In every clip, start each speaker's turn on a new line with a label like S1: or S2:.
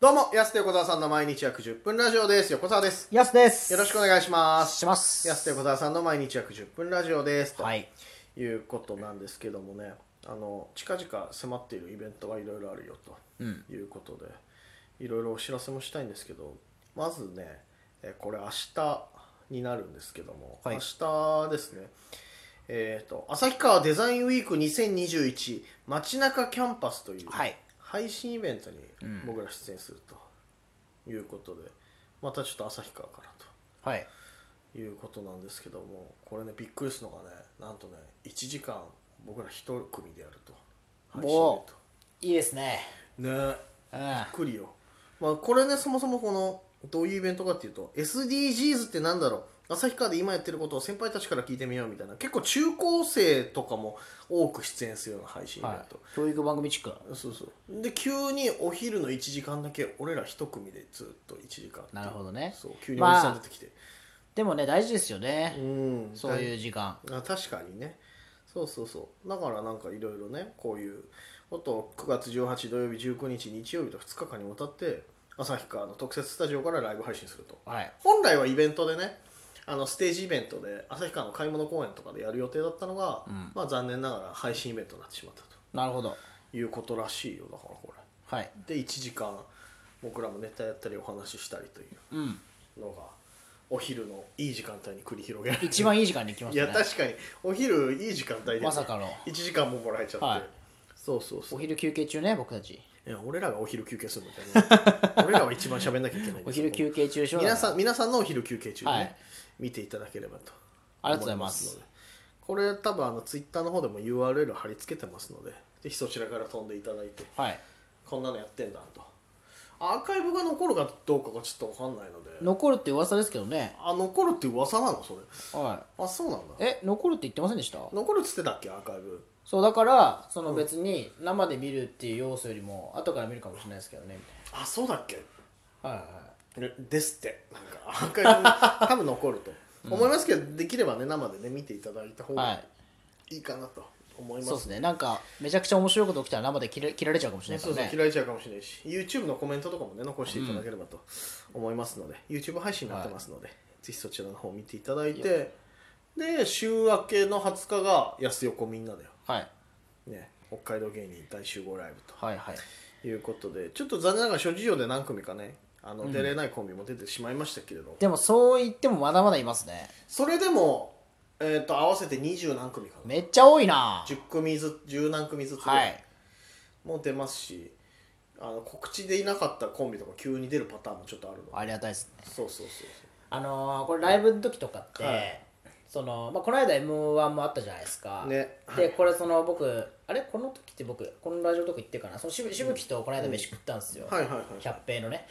S1: どうも、安手小沢さんの毎日約10分ラジオです。横澤です。
S2: やすです
S1: よろしくお
S2: い
S1: 願いします。
S2: します
S1: 安手小沢さんの毎日約10分ラジオです。と
S2: はい
S1: いうことなんですけどもね、あの、近々迫っているイベントがいろいろあるよ
S2: うん
S1: ということで、いろいろお知らせもしたいんですけど、まずね、えこれ明日になるんですけども、
S2: はい
S1: 明日ですね、えっ、と、旭川デザインウィーク2021街中キャンパスという、
S2: はい
S1: 配信イベントに
S2: うん
S1: 僕ら出演するということで、またちょっと旭川から
S2: はい
S1: ということなんですけどもこれねびっくりするのがねなんとね1時間僕ら1組でやると配信イ
S2: おいいですね
S1: ベントね
S2: うん
S1: びっくりよ、まあ、これねそもそもこのどういうイベントかっていうと SDGs ってなんだろう旭川で今やってることを先輩たちから聞いてみようみたいな結構中高生とかも多く出演するような配信イベント、
S2: はい教育番組チック
S1: そうそうで急にお昼の1時間だけ俺ら一組でずっと1時間
S2: なるほどね
S1: そう急におじさん
S2: まあ
S1: 出てきて、
S2: でもね大事ですよね
S1: うん
S2: そういう時間
S1: あ確かにねそうそうそうだからなんかいろいろねこういうことを9月18土曜日19日日曜日と2日間にわたって旭川の特設スタジオからライブ配信すると
S2: はい
S1: 本来はイベントでねあのステージイベントで旭川の買い物公園とかでやる予定だったのが、
S2: ん
S1: まあ残念ながら配信イベントになってしまった
S2: なるほど
S1: ということらしいよだからこれ
S2: はい
S1: で1時間僕らもネタやったりお話ししたりとい
S2: うん
S1: うのがお昼のいい時間帯に繰り広げられる
S2: 一番いい時間に来ま
S1: い
S2: した
S1: や
S2: ね
S1: 確かにお昼いい時間帯で
S2: まさかの
S1: 1時間ももらえちゃって、
S2: はい
S1: そうそうそ
S2: お
S1: う
S2: 昼休憩中ね僕たち
S1: いや俺らがお昼休憩するみたいな俺らは一番喋んなきゃいけないん
S2: お
S1: ですよ
S2: 昼休憩中しよう
S1: 皆さん皆さんのお昼休憩中にね、
S2: はい
S1: 見ていただければと
S2: ありがとうございま
S1: 思
S2: す
S1: のでこれ多分あのツイッターの方でも URL 貼り付けてますのでぜひそちらから飛んでいただいて
S2: はい
S1: こんなのやってんだとアーカイブが残るかどうかがちょっと分かんないので
S2: 残るって噂ですけどね
S1: あ残るって噂なのそれ
S2: は
S1: あそうなん
S2: い
S1: だ
S2: え残るって言ってませんでした
S1: 残るっつってたっけアーカイブ
S2: そうだからその別に生で見るっていう要素よりも後から見るかもしれないですけどねみ
S1: あそうだっけ
S2: たいなはいはい
S1: えですってなんかアーカイブ も多分残ると、思いますけどできればね生でね見ていただいた方
S2: は
S1: が
S2: い
S1: いいかなと思います、
S2: そうですねなんかめちゃくちゃ面白いこと起きたら生で切れ切られちゃうかもしれないか
S1: そう
S2: ら
S1: そう
S2: ね
S1: 嫌いちゃうかもしれないし YouTube のコメントとかもね残していただければと思いますので、YouTube 配信になってますので、ぜひそちらの方を見ていただいてで週明けの20日が安横みんなだよ
S2: はい
S1: ね北海道芸人大集合ライブ
S2: はいはい
S1: ということでちょっと残念ながら諸事情で何組かねあの出れないコンビも出てしまいましたけれど、
S2: でもそう言ってもまだまだいますね
S1: それでも、えー、と合わせて二十何組かな
S2: めっちゃ多いな
S1: 10組ず十何組ずつぐ
S2: は
S1: らい
S2: い
S1: も出ますしあの告知でいなかったコンビとか急に出るパターンもちょっとあるの
S2: ありがたいですね
S1: そうそうそうそう
S2: あのーこれライブの時とかって、
S1: はい
S2: そのまあ、この間 m 1もあったじゃないですか、
S1: ね
S2: でこれその僕あれこの時って僕このラジオとか言ってるかなそのしぶしぶきとこの間飯食ったんですよ、
S1: はいはいはい
S2: 百平のね、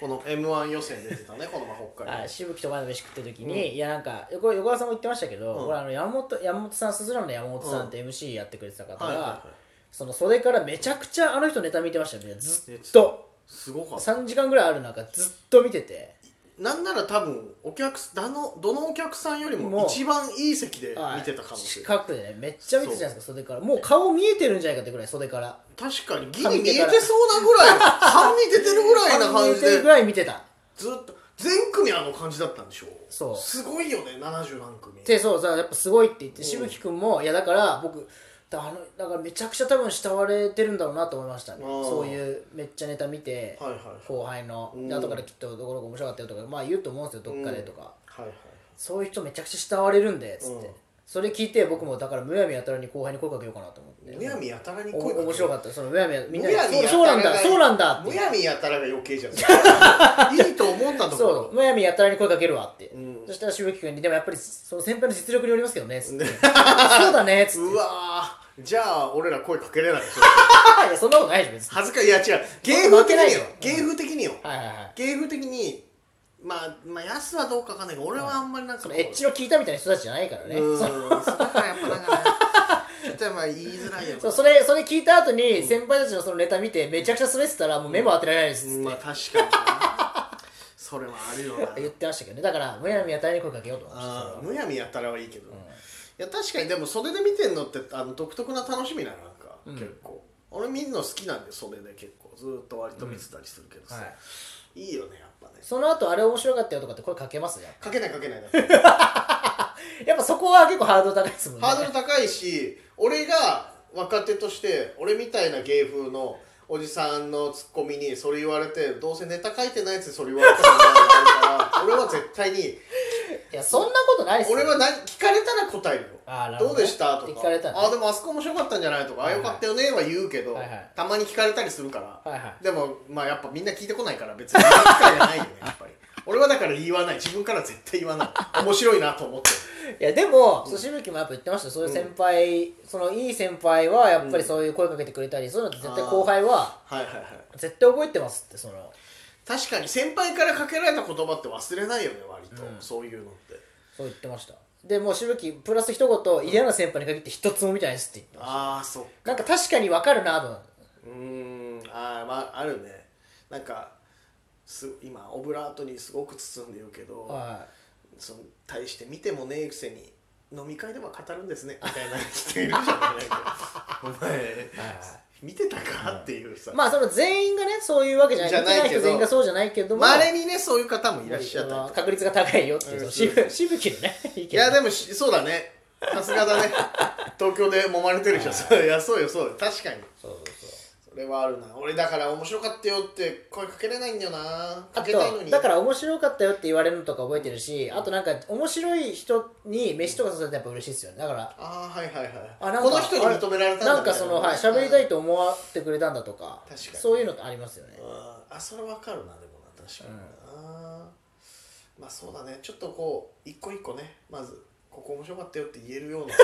S1: この m 1予選出てたねこの前北海
S2: あ
S1: 道
S2: しぶきと前の飯食ってる時に、いやなんかこれ横川さんも言ってましたけど、
S1: うん
S2: これあの山本山本さんすずらの山本さんって MC やってくれてた方が、
S1: はいはいはい
S2: その袖からめちゃくちゃあの人ネタ見てましたよねずっ
S1: 熱
S2: と
S1: すごかった
S2: 3時間ぐらいある中ずっと見てて
S1: なんなら多分お客すだのどのお客さんより
S2: も
S1: も
S2: う
S1: 一番いい席で
S2: はい
S1: 見てた可能性
S2: 近くでねめっちゃ見てたじゃないですか袖からもう顔見えてるんじゃないかってぐらい袖から
S1: 確かにギ
S2: 髪
S1: リ
S2: の
S1: 見
S2: 毛
S1: え
S2: から
S1: てそうなぐらい半身出てるぐらいな
S2: 顔見
S1: 感
S2: え
S1: じ
S2: て
S1: で
S2: るぐらい見てた
S1: ずっと全組あの感じだったんでしょ
S2: そう
S1: すごいよね70何組
S2: でそうさやっぱすごいって言ってしぶきくんもいやだから僕だあのだからめちゃくちゃ多分慕われてるんだろうなと思いましたね
S1: あー
S2: そういうめっちゃネタ見て、
S1: はいはいはい
S2: 後輩の
S1: うん
S2: で後からきっとどこどこ面白かったよとかまあ言うと思うんですよどっかでとか、
S1: はいはい
S2: そういう人めちゃくちゃ慕われるんでつって、
S1: うん
S2: それ聞いて僕もだからむやみやたらに後輩に声かけようかなと思って
S1: むやみやたらに
S2: お
S1: 声
S2: 面白かったそのむやみやみんな
S1: むやみやたら
S2: そ
S1: が
S2: うそうなんだそうなんだって
S1: むやみやたらが余計 じゃんいいと思ったところ
S2: そうむやみやたらに声かけるわって、
S1: うん
S2: そしたらしぶきくんにでもやっぱりその先輩の実力によりますけど ねつってそうだねつって
S1: うわーじゃあ俺ら声かけれないでしょ
S2: いやそんなことないでしょ別に
S1: 恥ずかしいいや違う芸風
S2: 負け
S1: 的
S2: な
S1: に
S2: い
S1: よ
S2: よ
S1: 芸風的によ
S2: はいはいはい
S1: 芸風的にまあまあやすはどうかわかんないけど俺はあんまりなんか
S2: そ
S1: こ
S2: の
S1: う
S2: エッジの効いたみたいな人たちじゃないからね
S1: うん
S2: そ
S1: そうだからやっぱなんかねちょっとまあ言いづらいよ
S2: そうそれそれ聞いた後に先輩たちのそのネタ見てめちゃくちゃ滑ってたらもう目も当てられないですっつって、
S1: まあ確かになそれはあるよな
S2: 言ってましたけどねだからむやみやたらに声かけようと思いました
S1: あーむやみやったらはいいけど、いや確かにでも袖で見てんのってあの独特な楽しみだななんか、結構俺見るの好きなんで袖で結構ずっと割と見てたりするけどさ、
S3: はい
S1: い、いよねやっぱね
S2: その後あれ面白かったよとかって声かけますやっ
S1: かけないかけないだって
S2: ぱやっぱそこは結構ハードル高いですもんね
S1: ハードル高いし俺が若手として俺みたいな芸風のおじさんのツッコミにそれ言われてどうせネタ書いてないやつにそれ言われたらから俺は絶対に
S2: いやそんなことないっすよ
S1: 俺は何聞かれたら答えるよ
S2: あーなるほ
S1: ど
S2: ど
S1: うでしたと
S2: って
S1: か
S2: 聞かれたら
S1: あでもあそこ面白かったんじゃないとか、
S2: はいはい
S1: あよかったよねは言うけど、
S2: はいはい
S1: たまに聞かれたりするから、
S2: はいはい
S1: でもまあやっぱみんな聞いてこないから別に言う機会がないよねやっぱり俺はだから言わない自分から絶対言わない面白いなと思って
S2: いやでも寿司吹もやっぱ言ってましたよそういう先輩、そのいい先輩はやっぱりそういう声かけてくれたり、そういうのって絶対後輩は
S1: はいはいはい
S2: 絶対覚えてますってその
S1: 確かに先輩からかけられた言葉って忘れないよね割と、
S2: うん
S1: そういうのって
S2: そう言ってましたでもうしぶきプラス一言嫌な先輩に限って一つも見てないですって言ってまし
S1: ああそった
S2: なんか確かに分かるなと思う
S1: うーんあーまああるねなんかす今オブラートにすごく包んで言うけど、
S2: は
S1: その対して見てもねえくせに飲み会では語るんですねみたい な人いるじゃないお前
S2: いはい
S1: 見てたか、っていうさ
S2: まあその全員がねそういうわけじゃない
S1: じゃないけど
S2: 見て人全員がそうじゃないけども
S1: まれにねそういう方もいらっしゃったりとか
S2: 確率が高いよっていう
S1: うん
S2: そのしぶきのね意見
S1: いやでもしそうだねさすがだね東京で揉まれてる人そう いやそうよそうよ確かに
S2: そうそうそう
S1: それはあるな俺だから面白かったよって声かけれないんだよな
S2: あ
S1: かけたいの
S2: と
S1: に
S2: だから面白かったよって言われるのとか覚えてるし、あとなんか面白い人に飯とかさせるとやっぱ嬉しいですよねだから
S1: ああはいはいはい
S2: あなんか
S1: この人に認められたんだ
S2: なんかそのはい喋りたいと思わってくれたんだとか
S1: 確かに
S2: そういうのってありますよね
S1: ああそれわかるなでもな確かにな、まあそうだねちょっとこう一個一個ねまずここ面白かったよって言えるよ うな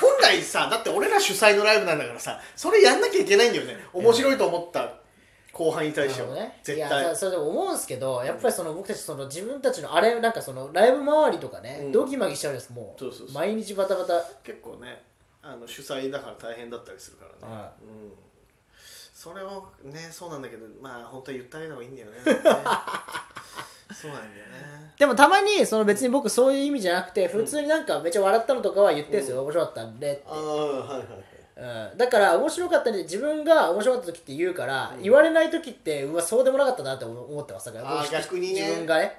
S1: 本来さだって俺ら主催のライブなんだからさそれやんなきゃいけないんだよね面白いと思った後半に対して
S2: なる
S1: は、
S2: ほどね
S1: 絶
S2: いや
S1: 対
S2: そそれでも思うんですけどやっぱりその僕たちその自分たちのあれなんかそのライブ周りとかね、
S1: うん
S2: ドギマギしちゃうんですもう
S1: そうそうそう
S2: 毎日バタバタ
S1: 結構ねあの主催だから大変だったりするからね、
S2: は
S1: うん、それをねそうなんだけどまあ本当は言ってあげた方がいいんだよ ねそうなんだよね
S2: でもたまにその別に僕そういう意味じゃなくて普通になんかめっちゃ笑ったのとかは言ってるんですよ、面白かったんでって
S1: ああはいはいはい
S2: うんだから面白かったね自分が面白かった時って言うから、言われない時ってうわそうでもなかったなって思思ってますだから
S1: あー逆にね
S2: 自分がね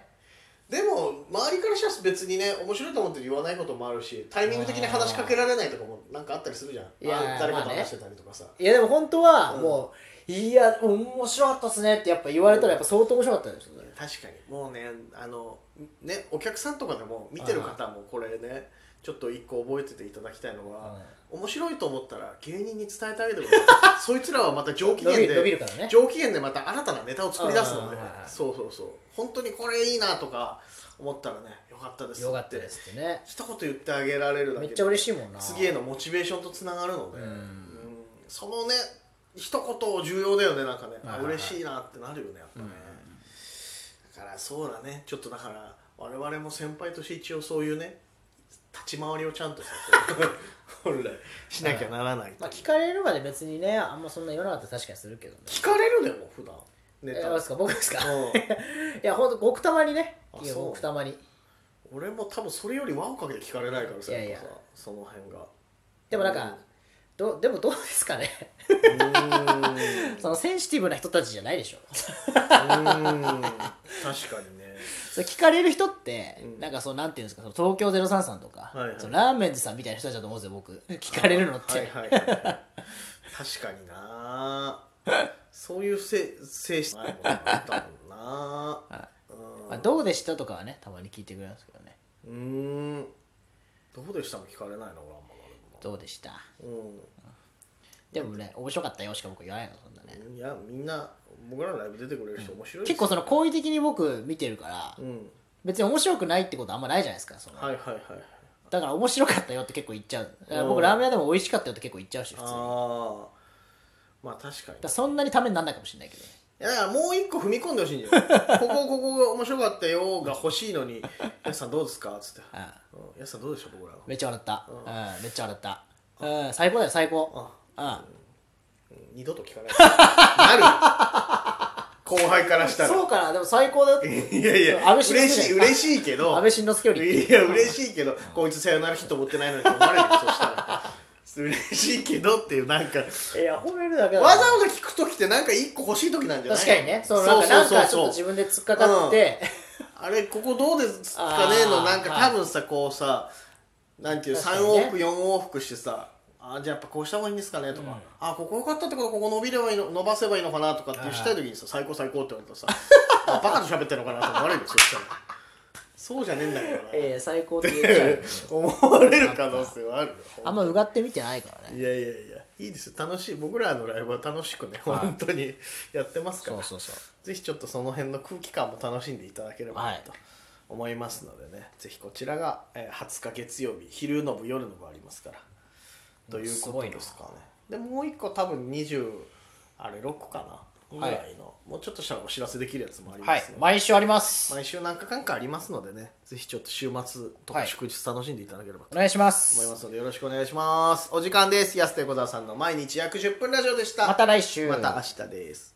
S1: でも周りからしたら別にね面白いと思って言わないこともあるしタイミング的に話しかけられないとかもなんかあったりするじゃん
S2: いやー
S1: あ誰かと
S2: まあね
S1: 話してたりとかさ、
S2: いやでも本当はもう、いや面白かったっすねってやっぱ言われたらやっぱ相当面白かったですよね
S1: 確かにもうねあのねお客さんとかでも見てる方もこれねちょっと一個覚えてていただきたいのは、面白いと思ったら芸人に伝えてあげてください そいつらはまた上機
S2: 伸
S1: 嫌
S2: びる伸び
S1: で
S2: るからね
S1: 上機嫌でまた新たなネタを作り出すので、
S2: うんうんうんうん
S1: そうそうそう本当にこれいいなとか思ったらねよかったです
S2: よかったですってね
S1: 一言言ってあげられるだけ
S2: め
S1: で
S2: っちゃ嬉しいもんな
S1: 次へのモチベーションとつながるので、
S2: うん
S1: うんそのね一言重要だよねなんかね、あ
S2: はいはいはい
S1: 嬉しいなってなるよねやっぱね、だからそうだねちょっとだから我々も先輩として一応そういうね立ち回りをちゃんとさ 本来しなきゃならないという
S2: まあ聞かれるまで別にねあんまそんな言わなかったら確かにするけどね
S1: 聞かれるでも普段ネ
S2: え
S1: タ、
S2: どうですか僕ですか
S1: うん
S2: いやほんとごくたまにね
S1: あ
S2: いや
S1: そう
S2: ごくたまに
S1: 俺も多分それより輪をかけて聞かれないからさ
S2: いやいや
S1: っぱさその辺が
S2: でもなんか、どうでもどうですかね
S1: うんうーん
S2: そのセンシティブな人たちじゃないでしょ
S1: うん確かにね
S2: それ聞かれる人って、
S1: うん
S2: なんかそうなんていうんですかその東京03さんとか、
S1: はいはい
S2: そのラーメンズさんみたいな人たちだと思うんですよ僕聞かれるのって、
S1: はいはいはいはい、確かになそういうせ性質ないもんな多分な
S2: まあ、どうでしたとかはねたまに聞いてくれますけどね
S1: うんうーんどうでしたも聞かれないな俺はあ
S2: どうでした
S1: んまうん
S2: でもね面白かったよしか僕言わないのそんなね
S1: いやみんな僕らのライブ出てくれる人面白いです
S2: 結構その好意的に僕見てるから、
S1: うん
S2: 別に面白くないってことあんまないじゃないですかその
S1: はいはいはい
S2: だから面白かったよって結構言っちゃうだから
S1: う
S2: 僕
S1: ん
S2: ラーメン屋でも美味しかったよって結構言っちゃうし普通にだか
S1: ああまあ確かに
S2: らそんなにためにならないかもしれないけどね
S1: いやだからもう一個踏み込んでほしいんじゃない ここここが面白かったよが欲しいのに「やすさんどうですか?」っつって
S2: うん
S1: 「うんやすさんどうでしょう僕らは」
S2: めっちゃ笑った、うんめっちゃ笑った、うん、最高だよ最高うん
S1: 二度と聞かないなるよ後輩からしたら
S2: そうかなでも最高だよって
S1: いやいや
S2: 安倍晋
S1: 嬉しい
S2: 三じゃない
S1: 嬉しいけど
S2: 安倍晋之助より
S1: いや嬉しいけどこいつさよならヒット持ってないのに思われるよそしたら嬉しいけどっていうなんかわ
S2: いや褒めるだけ
S1: ざ
S2: だ
S1: わ
S2: から
S1: ざ聞く時ってなんか一個欲しい時なんじゃない
S2: 確かにねそのなんかなんかちょっと
S1: そう
S2: 自分で突っかかって、
S1: あれここどうですかねの
S2: あー
S1: なんか
S2: はい
S1: 多分さこうさなんていう
S2: 確か
S1: 3
S2: にね
S1: 往復4往復してさあじゃあやっぱこうした方がいいんですかねとか、
S2: うん
S1: あここ良かったってことはここ伸びればいいの伸ばせばいいのかなとかってしたい時にさ最高最高って言われたら さあバカと喋ってるのかなと思われるよそしたらそうじゃねえんだ けどな
S2: えー最高って言っちゃ う
S1: 思われる可能性はあるよ
S2: あんまうがって見てないからね
S1: いやいやいやいいですよ楽しい僕らのライブは楽しくね、
S2: はい
S1: 本当にやってますから
S2: そうそうそう
S1: ぜひちょっとその辺の空気感も楽しんでいただければ
S2: は
S1: ないと思いますのでね、ぜひこちらが、えー20日月曜日昼の部夜の部ありますからという
S2: す
S1: こ
S2: ご
S1: と
S2: いな
S1: ですかねでもう一個多分20あれ6かなぐ
S2: は
S1: ら
S2: い
S1: いの、もうちょっとしたらお知らせできるやつもありま
S2: はい
S1: すので、
S2: 毎週あります
S1: 毎週何か間かありますのでねぜひちょっと週末と
S2: は
S1: か
S2: い
S1: 祝日楽しんでいただければと
S2: お願いします
S1: 思いますのでよろしくお願いしますお時間です安手小沢さんの毎日約10分ラジオでした
S2: また来週
S1: また明日です